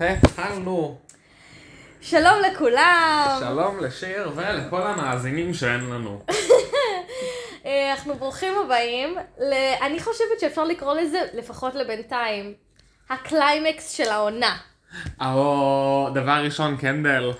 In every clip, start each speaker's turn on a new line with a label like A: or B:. A: התחלנו.
B: שלום לכולם!
A: שלום לשיר ולכל המאזינים שאין לנו.
B: אה, אנחנו ברוכים הבאים. ל... אני חושבת שאפשר לקרוא לזה, לפחות לבינתיים, הקליימקס של העונה.
A: או דבר ראשון קנדל.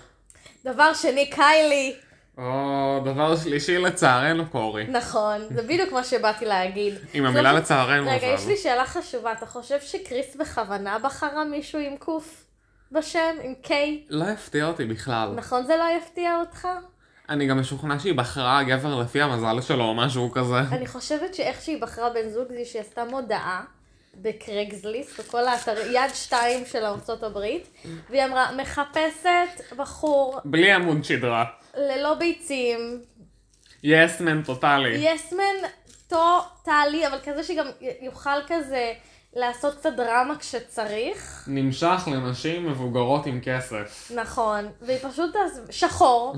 B: דבר שני, קיילי.
A: או דבר שלישי לצערנו קורי.
B: נכון, זה בדיוק מה שבאתי להגיד.
A: עם המילה
B: לא-
A: לצערנו
B: רגע, יש
A: אבל.
B: לי שאלה חשובה. אתה חושב שקריס בכוונה בחרה מישהו עם קוף בשם? עם קיי?
A: לא יפתיע אותי בכלל.
B: נכון זה לא יפתיע אותך? נכון.
A: אני גם משוכנע שהיא בחרה גבר לפי המזל שלו או משהו כזה.
B: אני חושבת שאיך שהיא בחרה בן זוג זה שהיא עשתה מודעה בקרגזליסט, בכל האתר יד שתיים של ארצות הברית, והיא אמרה, מחפשת בחור
A: בלי עמוד שדרה.
B: ללא ביצים,
A: יסמן טוטאלי.
B: יסמן טוטאלי, אבל כזה שגם י- יוכל כזה לעשות קצת דרמה כשצריך.
A: נמשך לנשים מבוגרות עם כסף.
B: נכון, והיא פשוט תעז- שחור,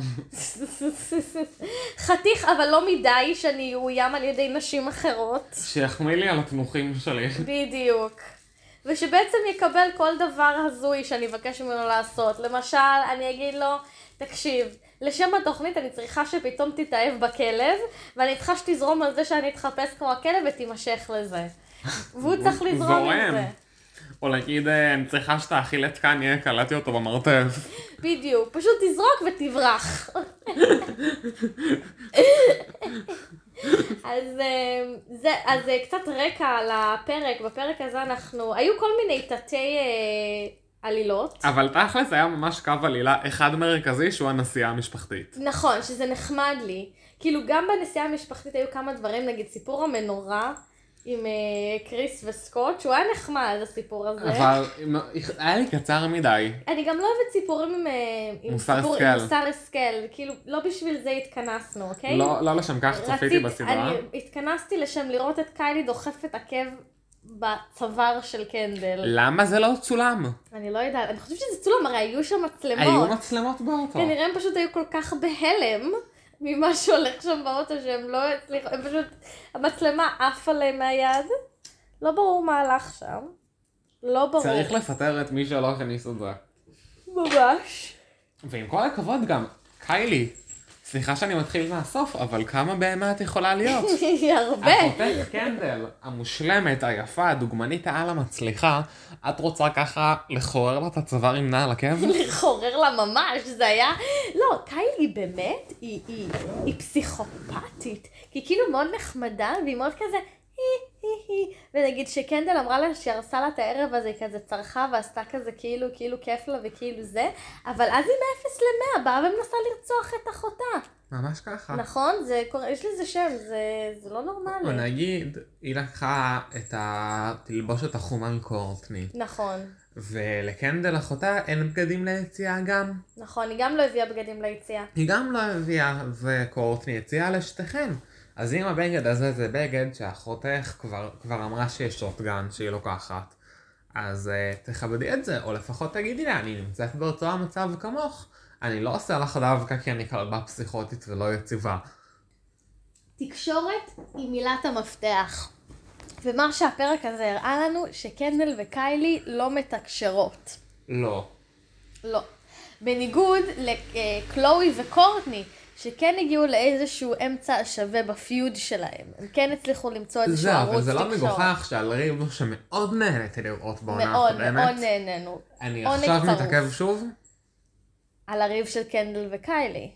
B: חתיך אבל לא מדי שאני אאוים על ידי נשים אחרות.
A: שיחמיא לי על התנוחים שלי.
B: בדיוק. ושבעצם יקבל כל דבר הזוי שאני אבקש ממנו לעשות. למשל, אני אגיד לו, תקשיב, לשם התוכנית אני צריכה שפתאום תתאהב בכלב, ואני צריכה שתזרום על זה שאני אתחפש כמו הכלב ותימשך לזה. והוא צריך לזרום
A: זורם.
B: עם זה.
A: או להגיד, אה, אני צריכה שתאכיל את קניה, קלטתי אותו במרתף.
B: בדיוק. פשוט תזרוק ותברח. אז, אה, זה, אז אה, קצת רקע על הפרק. בפרק הזה אנחנו... היו כל מיני תתי אה, עלילות.
A: אבל תכלס היה ממש קו עלילה אחד מרכזי שהוא הנסיעה המשפחתית.
B: נכון, שזה נחמד לי. כאילו, גם בנסיעה המשפחתית היו כמה דברים, נגיד סיפור המנורה עם אה, קריס וסקוט, שהוא היה נחמד, הסיפור הזה.
A: אבל היה לי קצר מדי.
B: אני גם לא אוהבת סיפורים עם, אה, עם
A: מוסר
B: סיפור-
A: השכל.
B: עם מוסר השכל. כאילו, לא בשביל זה התכנסנו, אוקיי?
A: לא לא לשם כך צפיתי
B: רצית-
A: בסדרה.
B: אני התכנסתי לשם לראות את קיילי דוחפת עקב בצוואר של קנדל.
A: למה זה לא צולם?
B: אני לא יודעת, אני חושבת שזה צולם, הרי היו שם
A: היו
B: מצלמות.
A: מצלמות באוטו.
B: כנראה הם פשוט היו כל כך בהלם ממה שהולך שם באוטו, שהם לא הצליחו, הם פשוט, המצלמה עפה להם מהיד. לא ברור מה הלך שם. לא ברור.
A: צריך לפטר את מי שלא הכניס את זה.
B: ממש.
A: ועם כל הכבוד גם, קיילי, סליחה שאני מתחיל מהסוף, אבל כמה בהמה את יכולה להיות?
B: הרבה.
A: אחותך קנדל, המושלמת, היפה, הדוגמנית העל המצליחה, את רוצה ככה לחורר לה את הצוואר עם נעל עקב?
B: נכון. לחורר לה ממש, זה היה... לא, קיילי באמת, היא, היא, היא פסיכופתית. כי היא כאילו מאוד נחמדה, והיא מאוד כזה... "הי, הי, הי". ונגיד שקנדל אמרה לה שהיא הרסה לה את הערב הזה, היא כזה צרחה ועשתה כזה כאילו, כאילו כיף לה וכאילו זה, אבל אז היא מאפס למאה, באה ומנסה לרצוח את אחותה.
A: ממש ככה.
B: נכון? זה קורה, יש לזה שם, זה, זה לא
A: או
B: נורמלי.
A: נגיד, היא לקחה את התלבושת החומה מקורטני,
B: נכון,
A: ולקנדל אחותה אין בגדים ליציאה גם.
B: נכון, היא גם לא הביאה בגדים ליציאה.
A: היא גם לא הביאה, וקורטני הציעה לשתיכן. אז אם הבגד הזה זה בגד שאחותך כבר, כבר אמרה שיש שוטגן שהיא לוקחת, אז uh, תכבדי את זה, או לפחות תגידי לה, אני נמצאת באותו המצב כמוך. אני לא עושה לך דווקא כי אני כלבה פסיכוטית ולא יציבה.
B: תקשורת היא מילת המפתח. ומה שהפרק הזה הראה לנו, שקנדל וקיילי לא מתקשרות.
A: לא.
B: לא. בניגוד לקלואי וקורטני, שכן הגיעו לאיזשהו אמצע שווה בפיוד שלהם. הם כן הצליחו למצוא איזשהו
A: זהו, אבל
B: ערוץ
A: זה
B: תקשורת.
A: לא מגוחך שעל ריבו שמאוד נהניתי לראות בעונה
B: מאוד, מאוד
A: הקודמת.
B: נהנינו.
A: אני
B: עונג
A: עכשיו
B: צרוף.
A: מתעכב שוב.
B: על הריב של קנדל וקיילי.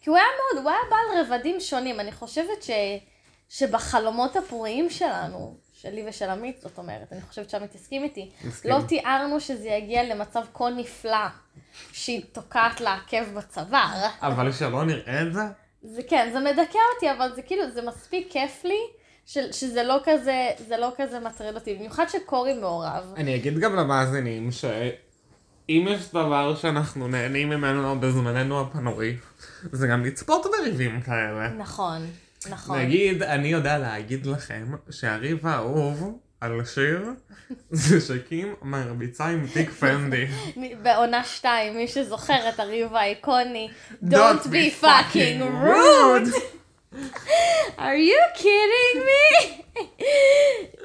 B: כי הוא היה מאוד, הוא היה בעל רבדים שונים. אני חושבת ש... שבחלומות הפוריים שלנו, שלי ושל עמית, זאת אומרת, אני חושבת שעמית תסכים איתי,
A: מסכים.
B: לא תיארנו שזה יגיע למצב כה נפלא, שהיא תוקעת לה עקב בצוואר.
A: אבל שלא נראה את זה.
B: זה כן, זה מדכא אותי, אבל זה כאילו, זה מספיק כיף לי, ש... שזה לא כזה, זה לא כזה מטריד אותי, במיוחד שקורי מעורב.
A: אני אגיד גם למאזינים שאם יש דבר שאנחנו נהנים ממנו בזמננו הפנוי, זה גם לצפות בריבים כאלה.
B: נכון, נכון.
A: נגיד, אני יודע להגיד לכם שהריב האהוב על שיר זה שקים מרביצה עם תיק פנדי.
B: מ- בעונה 2, מי שזוכר את הריב האיקוני,
A: Don't
B: Don't
A: be fucking
B: be fucking rude! are you kidding me?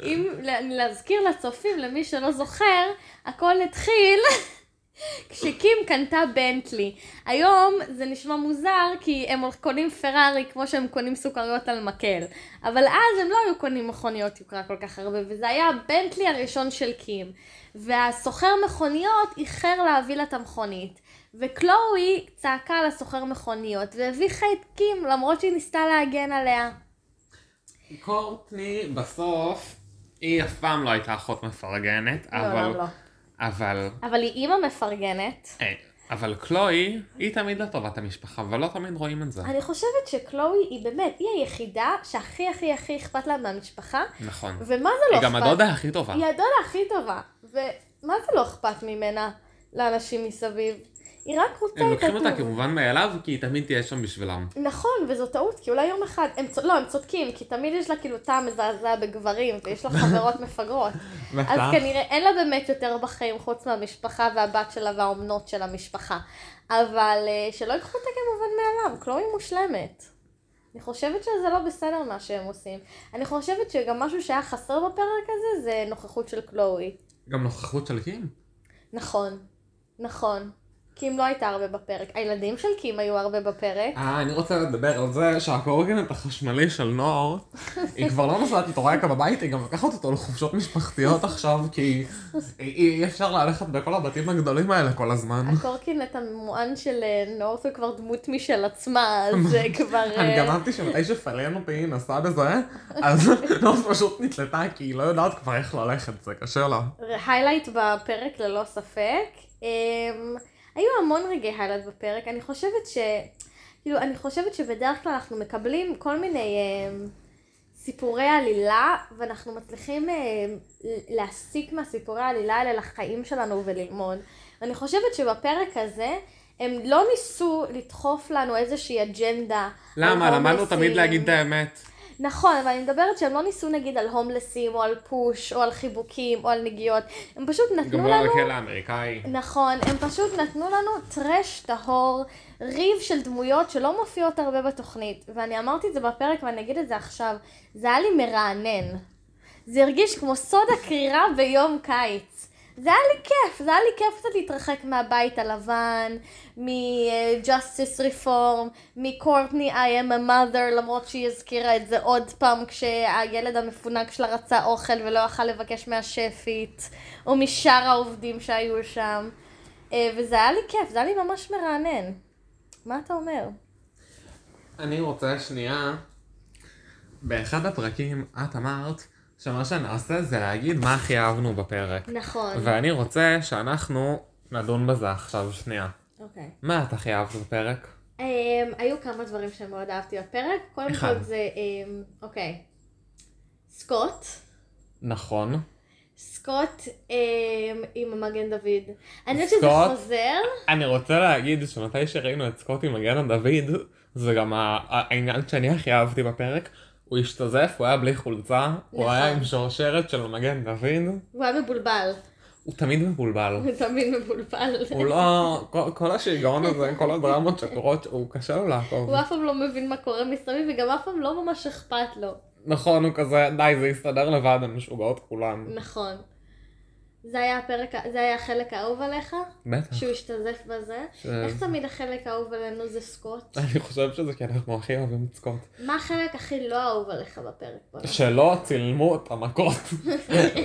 B: אם לה- להזכיר לצופים, למי שלא זוכר, הכל התחיל כשקים קנתה בנטלי. היום זה נשמע מוזר כי הם הולכ- קונים פרארי כמו שהם קונים סוכריות על מקל. אבל אז הם לא היו קונים מכוניות יוקרה כל כך הרבה, וזה היה הבנטלי הראשון של קים. והסוחר מכוניות איחר להביא לה את המכונית. וקלואי צעקה על הסוחר מכוניות, והביכה את קים למרות שהיא ניסתה להגן עליה.
A: קורטני בסוף, היא אף פעם לא הייתה אחות מפרגנת, אבל...
B: לעולם לא.
A: אבל...
B: אבל היא אימא מפרגנת.
A: אה, אבל קלואי, היא תמיד לטובת המשפחה, אבל לא תמיד רואים את זה.
B: אני חושבת שקלואי היא באמת, היא היחידה שהכי הכי הכי אכפת לה מהמשפחה,
A: נכון.
B: ומה זה לא
A: היא
B: אכפת?
A: גם הדודה הכי טובה.
B: היא הדודה הכי טובה, ומה זה לא אכפת ממנה לאנשים מסביב? היא רק רוצה
A: הם
B: את
A: לוקחים אותה
B: הטוב.
A: כמובן מאליו, כי היא תמיד תהיה שם בשבילם.
B: נכון, וזו טעות, כי אולי יום אחד, הם, צ- לא, הם צודקים, כי תמיד יש לה כאילו טעם מזעזע בגברים, ויש לה חברות מפגרות. אז כן, כנראה אין לה באמת יותר בחיים חוץ מהמשפחה והבת שלה והאומנות של המשפחה. אבל אה, שלא ייקחו אותה כמובן מאליו, קלואי מושלמת. אני חושבת שזה לא בסדר מה שהם עושים. אני חושבת שגם משהו שהיה חסר בפרק הזה זה נוכחות של קלואי.
A: גם נוכחות של קים.
B: נכון, נכון. קים לא הייתה הרבה בפרק. הילדים של קים היו הרבה בפרק.
A: אה, אני רוצה לדבר על זה שהקורקינט החשמלי של נוער, היא כבר לא נוסעת איתו רק בבית, היא גם לקחת אותו לחופשות משפחתיות עכשיו, כי היא- אי אפשר ללכת בכל הבתים הגדולים האלה כל הזמן.
B: הקורקינט הממוען של אה, נורף הוא כבר דמות משל עצמה, אז זה כבר...
A: אני גם
B: אה,
A: אהבתי שמתי שפלנופי נסעה בזה, אז נורס פשוט נתלתה, כי היא לא יודעת כבר איך ללכת, זה קשה לה.
B: היילייט בפרק ללא ספק. אמ, היו המון רגעי היילייט בפרק, אני חושבת ש... כאילו, אני חושבת שבדרך כלל אנחנו מקבלים כל מיני אמ, סיפורי עלילה, ואנחנו מצליחים אמ, להסיק מהסיפורי העלילה האלה לחיים שלנו וללמוד. אני חושבת שבפרק הזה, הם לא ניסו לדחוף לנו איזושהי אג'נדה. על
A: למה? למדנו
B: הומלסים.
A: תמיד להגיד את האמת.
B: נכון, אבל אני מדברת שהם לא ניסו נגיד על הומלסים, או על פוש, או על חיבוקים, או על נגיעות. הם פשוט
A: גם
B: נתנו
A: לא
B: לנו...
A: בכלא האמריקאי.
B: נכון, הם פשוט נתנו לנו טרש טהור, ריב של דמויות שלא מופיעות הרבה בתוכנית. ואני אמרתי את זה בפרק ואני אגיד את זה עכשיו, זה היה לי מרענן. זה הרגיש כמו סודה קרירה ביום קיץ. זה היה לי כיף, זה היה לי כיף קצת להתרחק מהבית הלבן, מ-Justice Reform, מקורטני I am a mother, למרות שהיא הזכירה את זה עוד פעם כשהילד המפונק שלה רצה אוכל ולא יכל לבקש מהשפית, או משאר העובדים שהיו שם. אה, וזה היה לי כיף, זה היה לי ממש מרענן. מה אתה אומר?
A: אני רוצה שנייה. באחד הפרקים את אמרת שמה שנעשה זה להגיד מה הכי אהבנו בפרק.
B: נכון.
A: ואני רוצה שאנחנו נדון בזה עכשיו שנייה.
B: אוקיי.
A: מה את הכי אהבת בפרק?
B: Um, היו כמה דברים שמאוד אהבתי בפרק. קודם
A: אחד.
B: כל זה, um, אוקיי. סקוט.
A: נכון.
B: סקוט um, עם המגן דוד. אני יודעת שזה
A: סקוט?
B: חוזר.
A: אני רוצה להגיד שמתי שראינו את סקוט עם מגן דוד, זה גם ה- העניין שאני הכי אהבתי בפרק. הוא השתזף, הוא היה בלי חולצה, הוא
B: נכון.
A: היה עם שרשרת של מגן דוד,
B: הוא היה מבולבל.
A: הוא תמיד מבולבל.
B: הוא תמיד מבולבל.
A: הוא לא, כל- כל השיגעון הזה, כל הדרמות שקורות, הוא קשה לו לעקוב.
B: הוא אף פעם לא מבין מה קורה מסביב, וגם אף פעם לא ממש אכפת לו.
A: נכון, הוא כזה, די, זה יסתדר לבד, הן משוגעות כולן.
B: נכון. זה היה הפרק, ה- זה היה החלק האהוב עליך?
A: בטח.
B: שהוא השתזף בזה?
A: זה-
B: איך תמיד החלק האהוב עלינו זה סקוט?
A: אני חושב שזה כי אנחנו הכי אוהבים את סקוט.
B: מה החלק הכי לא אהוב עליך בפרק? בוא נגיד?
A: שלא צילמו את המכות.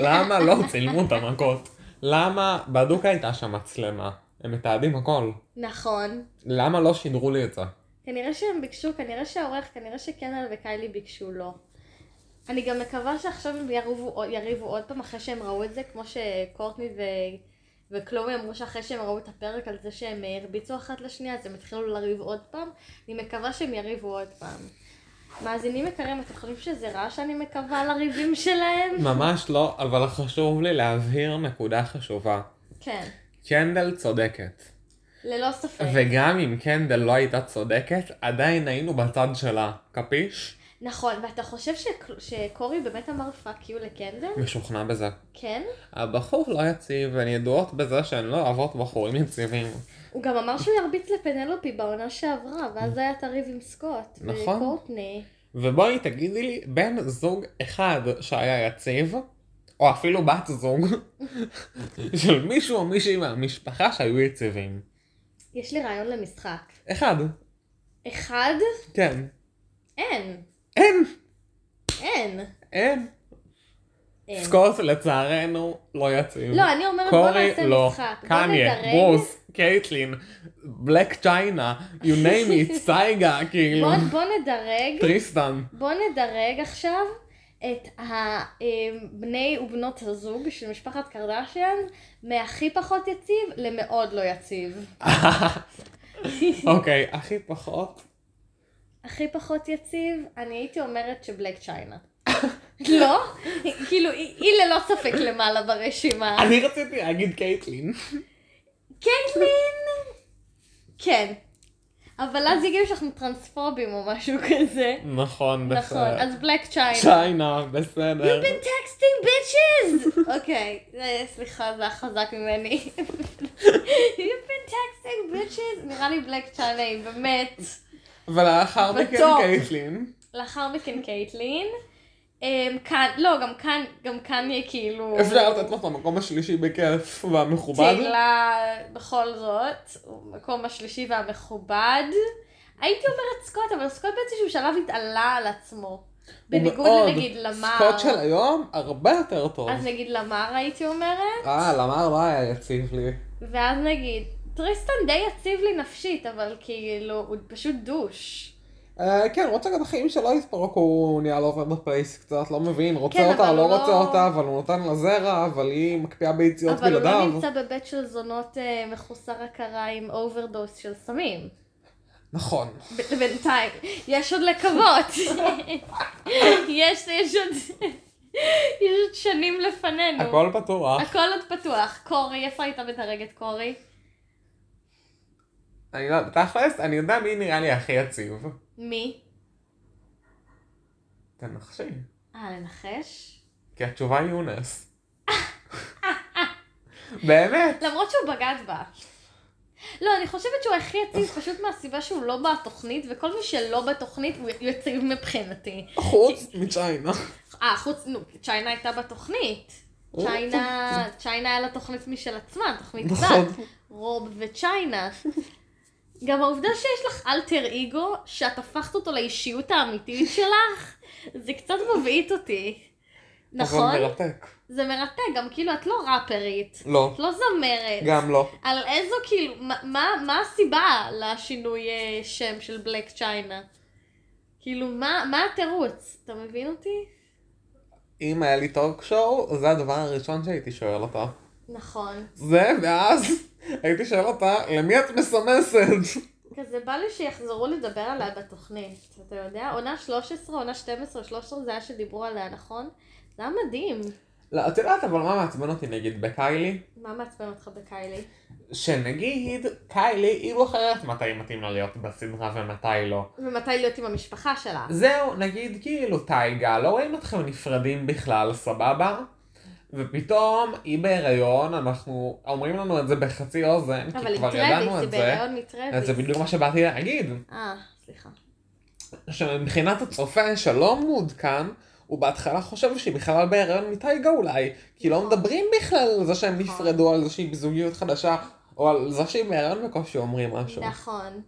A: למה לא צילמו את המכות? למה בדוקה הייתה שם מצלמה? הם מתעדים הכל.
B: נכון.
A: למה לא שידרו לי את זה?
B: כנראה שהם ביקשו, כנראה שהעורך, כנראה שקנל וקיילי ביקשו לא. אני גם מקווה שעכשיו הם יריבו, יריבו עוד פעם אחרי שהם ראו את זה, כמו שקורטני ו... וקלומי אמרו שאחרי שהם ראו את הפרק על זה שהם אה, הרביצו אחת לשנייה, אז הם התחילו לריב עוד פעם. אני מקווה שהם יריבו עוד פעם. מאזינים יקרים, אתם חושבים שזה רע שאני מקווה לריבים שלהם?
A: ממש לא, אבל חשוב לי להבהיר נקודה חשובה.
B: כן,
A: קנדל צודקת.
B: ללא ספק.
A: וגם אם קנדל לא הייתה צודקת, עדיין היינו בצד שלה. קפיש?
B: נכון, ואתה חושב שקל- שקורי באמת אמר פאק יו לקנדל?
A: משוכנע בזה.
B: כן?
A: הבחור לא יציב, הן ידועות בזה שהן לא אוהבות בחורים יציבים.
B: הוא גם אמר שהוא ירביץ לפנלופי בעונה שעברה, ואז היה את הריב עם סקוט.
A: נכון.
B: וקורטני.
A: ובואי תגידי לי, בן זוג אחד שהיה יציב, או אפילו בת זוג, של מישהו או מישהי מהמשפחה שהיו יציבים.
B: יש לי רעיון למשחק.
A: אחד,
B: אחד,
A: כן.
B: אין.
A: אין,
B: אין.
A: אין.
B: אין.
A: סקוט לצערנו לא יציב.
B: לא, אני אומרת בוא
A: קורי
B: נעשה
A: לא,
B: משחק. בוא
A: קניה,
B: נדרג-
A: ברוס, קייטלין, בלק צ'יינה, you name it, סייגה, כאילו,
B: בוא- בוא נדרג.
A: טריסטן.
B: בוא נדרג עכשיו את הבני ובנות הזוג של משפחת קרדשיאן מהכי פחות יציב למאוד לא יציב.
A: אוקיי, הכי פחות.
B: הכי פחות יציב, אני הייתי אומרת שבלק צ'יינה. לא? כאילו, היא היא ללא ספק למעלה ברשימה.
A: אני רציתי להגיד קייטלין.
B: קייטלין! כן. אבל אז יגידו שאנחנו טרנספובים או משהו כזה.
A: נכון,
B: נכון,
A: בסדר.
B: אז בלק צ'יינה.
A: צ'יינה, בסדר.
B: I've been texting bitches! אוקיי, זה- סליחה, זה היה חזק ממני. You've been texting bitches! נראה לי בלק צ'אנה היא באמת.
A: ולאחר מכן
B: בטוב.
A: קייטלין.
B: לאחר מכן קייטלין. אמ, כאן, לא, גם כאן, גם כאן יהיה כאילו...
A: אפשר לתת לו את המקום השלישי בכיף והמכובד.
B: תהילה בכל זאת, המקום השלישי והמכובד. הייתי אומרת סקוט, אבל סקוט באיזשהו שלב התעלה על עצמו. בניגוד
A: ומאוד,
B: לנגיד למר.
A: סקוט של היום הרבה יותר טוב.
B: אז נגיד למר הייתי אומרת.
A: אה, למר לא היה יציב לי.
B: ואז נגיד, טריסטן די יציב לי נפשית, אבל כאילו, הוא פשוט דוש.
A: אה, כן, רוצה גם החיים שלו יתפרקו, הוא נהיה לא עובר בפייס קצת, לא מבין, רוצה
B: כן,
A: אותה,
B: אבל
A: לא
B: הוא
A: רוצה
B: לא-
A: אותה, אבל הוא נותן לה זרע, אבל היא מקפיאה ביציאות
B: אבל הוא לא
A: בלעדיו.
B: נמצא בבית של זונות אה, מחוסר הכרה עם אוברדוס של סמים.
A: נכון.
B: ב- בינתיים. יש עוד לקוות. יש, יש עוד... יש עוד שנים לפנינו.
A: הכל פתוח.
B: הכל עוד פתוח. קורי, איפה היית מדרגת קורי?
A: אני לא, תכלס, אני יודע מי נראה לי הכי יציב.
B: מי?
A: תנחשי.
B: אה, לנחש?
A: כי התשובה היא יונס. באמת.
B: למרות שהוא בגד בה. לא, אני חושבת שהוא הכי יציב פשוט מהסיבה שהוא לא בתוכנית, וכל מי שלא בתוכנית הוא יציב מבחינתי.
A: חוץ מצ'יינה.
B: אה, חוץ, נו, צ'יינה הייתה בתוכנית. צ'יינה, צ'יינה היה לה תוכנית משל עצמה, תוכנית
A: נכון.
B: בת, רוב וצ'יינה. גם העובדה שיש לך אלטר אגו, שאת הפכת אותו לאישיות האמיתית שלך, זה קצת מבעית אותי. נכון?
A: אבל מרתק.
B: זה מרתק, גם כאילו את לא ראפרית,
A: לא.
B: את לא זמרת.
A: גם לא.
B: על איזו כאילו, מה, מה, מה הסיבה לשינוי אה, שם של בלק צ'יינה? כאילו, מה, מה התירוץ? אתה מבין אותי?
A: אם היה לי טוק שואו, זה הדבר הראשון שהייתי שואל אותה.
B: נכון.
A: זה, ואז הייתי שואל אותה, למי את מסמסת?
B: כזה בא לי שיחזרו לדבר עליה בתוכנית, אתה יודע? עונה 13, עונה 12, 13, זה היה שדיברו עליה, נכון? זה היה מדהים.
A: לא, את יודעת אבל מה מעצבן אותי נגיד בקיילי?
B: מה מעצבן אותך בקיילי?
A: שנגיד קיילי היא בוחרת מתי מתאים לה להיות בסדרה ומתי לא.
B: ומתי להיות עם המשפחה שלה?
A: זהו, נגיד כאילו טייגה, לא רואים אתכם נפרדים בכלל, סבבה? ופתאום היא בהיריון, אנחנו אומרים לנו את זה בחצי אוזן,
B: אבל
A: כי
B: עם
A: כבר
B: טרוויס,
A: ידענו
B: היא
A: את זה.
B: בהיריון
A: אז זה
B: מטרוויס.
A: בדיוק מה שבאתי להגיד,
B: אה, סליחה.
A: שמבחינת הצופה שלא מעודכן, הוא בהתחלה חושב שהיא בכלל בהיריון מטייגה אולי, כי לא מדברים בכלל על זה שהם
B: נכון.
A: נפרדו, על זה שהיא בזוגיות חדשה, או על זה שהיא בהיריון בקושי אומרים משהו.
B: נכון.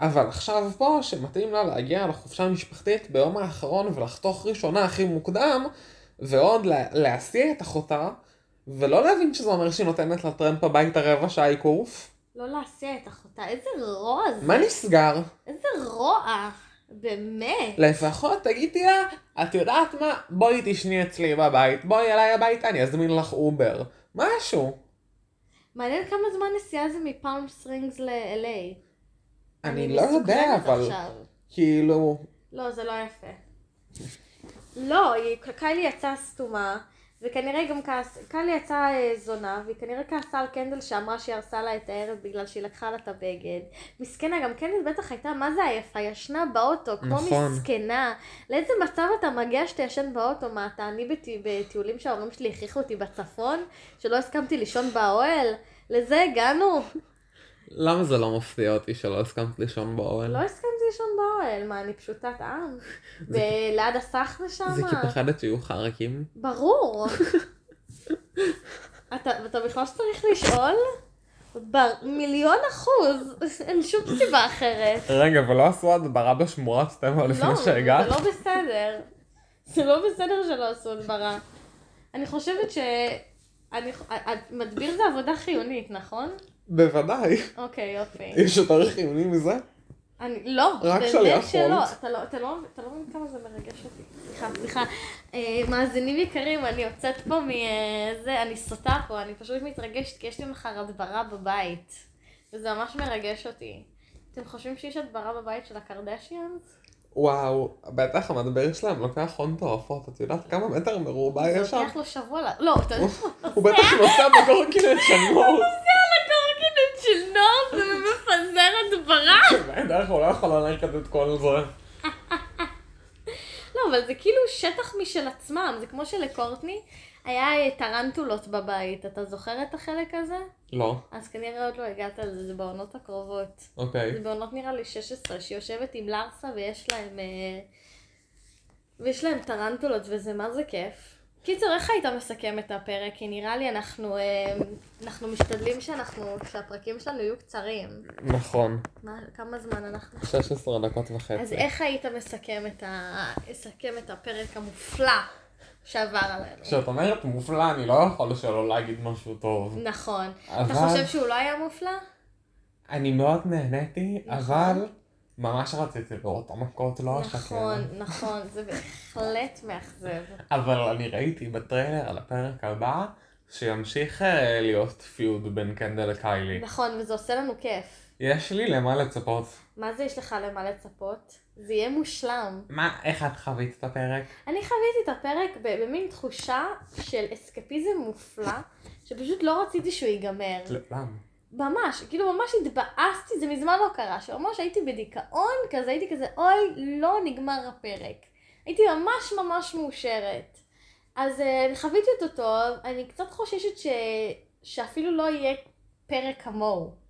A: אבל עכשיו פה, שמתאים לה להגיע לחופשה המשפחתית ביום האחרון ולחתוך ראשונה הכי מוקדם, ועוד לה, להסיע את אחותה, ולא להבין שזה אומר שהיא נותנת לה טרמפ הביתה רבע שעה עיקוף.
B: לא להסיע את אחותה, איזה רוע זה.
A: מה נסגר?
B: איזה רוע, באמת.
A: לפחות תגידי לה, את יודעת מה? בואי תשני אצלי בבית, בואי אליי הביתה, אני אזמין לך אובר. משהו.
B: מעניין כמה זמן נסיעה זה מפאום סטרינגס ל-LA.
A: אני לא יודע,
B: מסוקרנת
A: אבל
B: עכשיו.
A: כאילו...
B: לא, זה לא יפה. לא, היא- קיילי יצאה סתומה, וכנראה גם כעס... קיילי יצאה אה, זונה, והיא כנראה כעסה על קנדל שאמרה שהיא הרסה לה את הערב בגלל שהיא לקחה לה את הבגד. מסכנה, גם קנדל בטח הייתה, מה זה עייפה? ישנה באוטו, כמו
A: נכון.
B: מסכנה. לאיזה מצב אתה מגיע שאתה ישן באוטו? מה, אתה אני בטי- בטיולים שההורים שלי הכריחו אותי בצפון? שלא הסכמתי לישון באוהל? לזה הגענו?
A: למה זה לא מפתיע אותי שלא הסכמת לישון באוהל?
B: לא הסכמתי לישון באוהל, מה, אני פשוטת עם? וליד הסחנה שמה?
A: פחדת שיהיו חרקים.
B: ברור. אתה, אתה בכלל שצריך לשאול? במיליון אחוז, אין שום סיבה אחרת.
A: רגע, ולא עשו הדברה בשמורת טבע לפני
B: לא,
A: שהגעת?
B: זה לא בסדר. זה לא בסדר שלא עשו הדברה. אני חושבת ש... אני... ח- את- מדביר זה עבודה חיונית, נכון?
A: בוודאי.
B: אוקיי, יופי.
A: יש יותר חיוני מזה?
B: אני, לא,
A: רק
B: באמת
A: שליח
B: שלא,
A: חוץ.
B: אתה לא, אתה לא, אתה לא מבין כמה זה מרגש אותי. סליחה, סליחה. אה, מאזינים יקרים, אני יוצאת פה מזה, אני סוטה פה, אני פשוט מתרגשת כי יש לי מחר הדברה בבית. וזה ממש מרגש אותי. אתם חושבים שיש הדברה בבית של הקרדשיאנס?
A: וואו, בטח המדבר שלהם לוקח הון תועפות, את יודעת כמה מטר מרובע אה, יש
B: זה
A: שם?
B: לוקח לו שבוע ל... לא, אתה יודע מה?
A: הוא בטח נוסע בקורקינט שמור.
B: הקורקינט של נוער זה מפזר הדברה.
A: בטח הוא לא יכול ללכת את כל זה.
B: לא, אבל זה כאילו שטח משל עצמם, זה כמו שלקורטני היה אה, טרנטולות בבית, אתה זוכר את החלק הזה?
A: לא,
B: אז כנראה עוד לא הגעת לזה, זה בעונות הקרובות. זה
A: אוקיי.
B: בעונות נראה לי 16, שהיא יושבת עם לארסה ויש להם... אה, ויש להם טרנטולות וזה מה זה כיף. קיצור, איך היית מסכם את הפרק? כי נראה לי אנחנו, אה, אנחנו משתדלים שאנחנו, שהפרקים שלנו יהיו קצרים.
A: נכון,
B: מה, כמה זמן אנחנו?
A: 16 דקות וחצי.
B: אז איך היית מסכם את, ה... מסכם את הפרק המופלא שעבר עלינו?
A: כשאת אומרת מופלא, אני לא יכול שלא להגיד משהו טוב.
B: נכון. אתה
A: אבל-
B: חושב שהוא לא היה מופלא?
A: אני מאוד נהניתי,
B: נכון.
A: אבל ממש רציתי לראות את המכות, לא השקר.
B: נכון, נכון, זה בהחלט מאכזב.
A: אבל אני ראיתי בטריילר על הפרק הבא, שימשיך אה, להיות פיוד בין קנדל לקיילי.
B: נכון, וזה עושה לנו כיף.
A: יש לי למה לצפות.
B: מה זה יש לך למה לצפות? זה יהיה מושלם.
A: מה, איך את חווית את הפרק?
B: אני חוויתי את הפרק ב- במין תחושה של אסקפיזם מופלא, שפשוט לא רציתי שהוא ייגמר.
A: למה?
B: ממש, כאילו ממש התבאסתי, זה מזמן לא קרה, שממש הייתי בדיכאון כזה, הייתי כזה, אוי, לא נגמר הפרק. הייתי ממש ממש מאושרת. אז אה, אני חוויתי אותו טוב, אני קצת חוששת ש... שאפילו לא יהיה פרק כמוהו.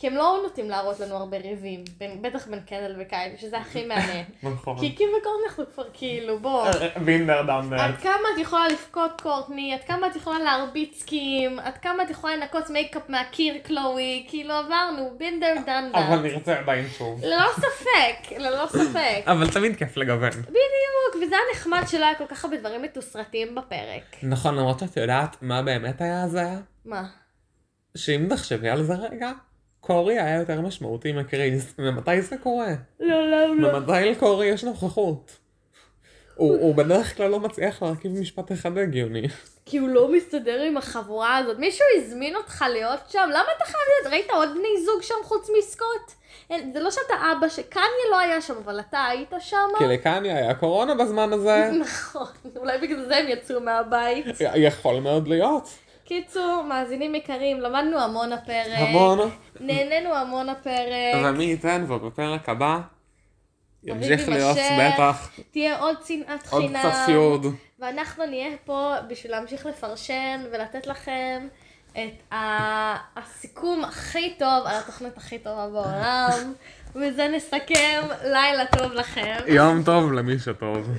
B: כי הם לא נוטים להראות לנו הרבה ריבים, בין, בטח בין קנדל וקייל, שזה הכי מעניין.
A: נכון. אה,
B: כי אה, קים וקורן אנחנו כבר כאילו, בוא.
A: בינדר דמבר.
B: עד כמה את יכולה לבכות קורטני, עד כמה את יכולה להרביץ קים, עד כמה את יכולה לנקות מייקאפ מהקיר קלואי, כאילו עברנו, בינדר דנדר.
A: אבל נרצה עדיין שוב.
B: ללא ספק, ללא ספק.
A: אבל תמיד כיף לגוון.
B: בדיוק, וזה היה נחמד שלא היה כל כך הרבה דברים מתוסרטים בפרק.
A: נכון, למרות שאת יודעת מה באמת היה הזיה?
B: מה?
A: שאם תחשבי על זה רגע, קורי היה יותר משמעותי מקריס. ומתי זה קורה?
B: לא, לא, לא.
A: ממתי לקורי יש נוכחות? הוא הוא בדרך כלל לא מצליח להרכיב משפט אחד הגיוני.
B: כי הוא לא מסתדר עם החבורה הזאת. מישהו הזמין אותך להיות שם? למה אתה חייב להיות? ראית עוד בני זוג שם חוץ מסקוט? אין, זה לא שאתה אבא, שקניה לא היה שם, אבל אתה היית שם?
A: כי לקניה היה קורונה בזמן הזה.
B: נכון, אולי בגלל זה הם יצאו מהבית.
A: י- יכול מאוד להיות.
B: קיצור, מאזינים יקרים, למדנו המון הפרק.
A: המון.
B: נהנינו המון הפרק.
A: ומי ייתן ובפרק הבא ימשיך
B: הריב
A: להיות
B: יימשך,
A: בטח
B: תהיה עוד שנאת
A: עוד
B: חינם.
A: קצת פיוד.
B: ואנחנו נהיה פה בשביל להמשיך לפרשן ולתת לכם את ה- הסיכום הכי טוב על התוכנית הכי טובה בעולם. וזה נסכם, לילה טוב לכם.
A: יום טוב למי שטוב.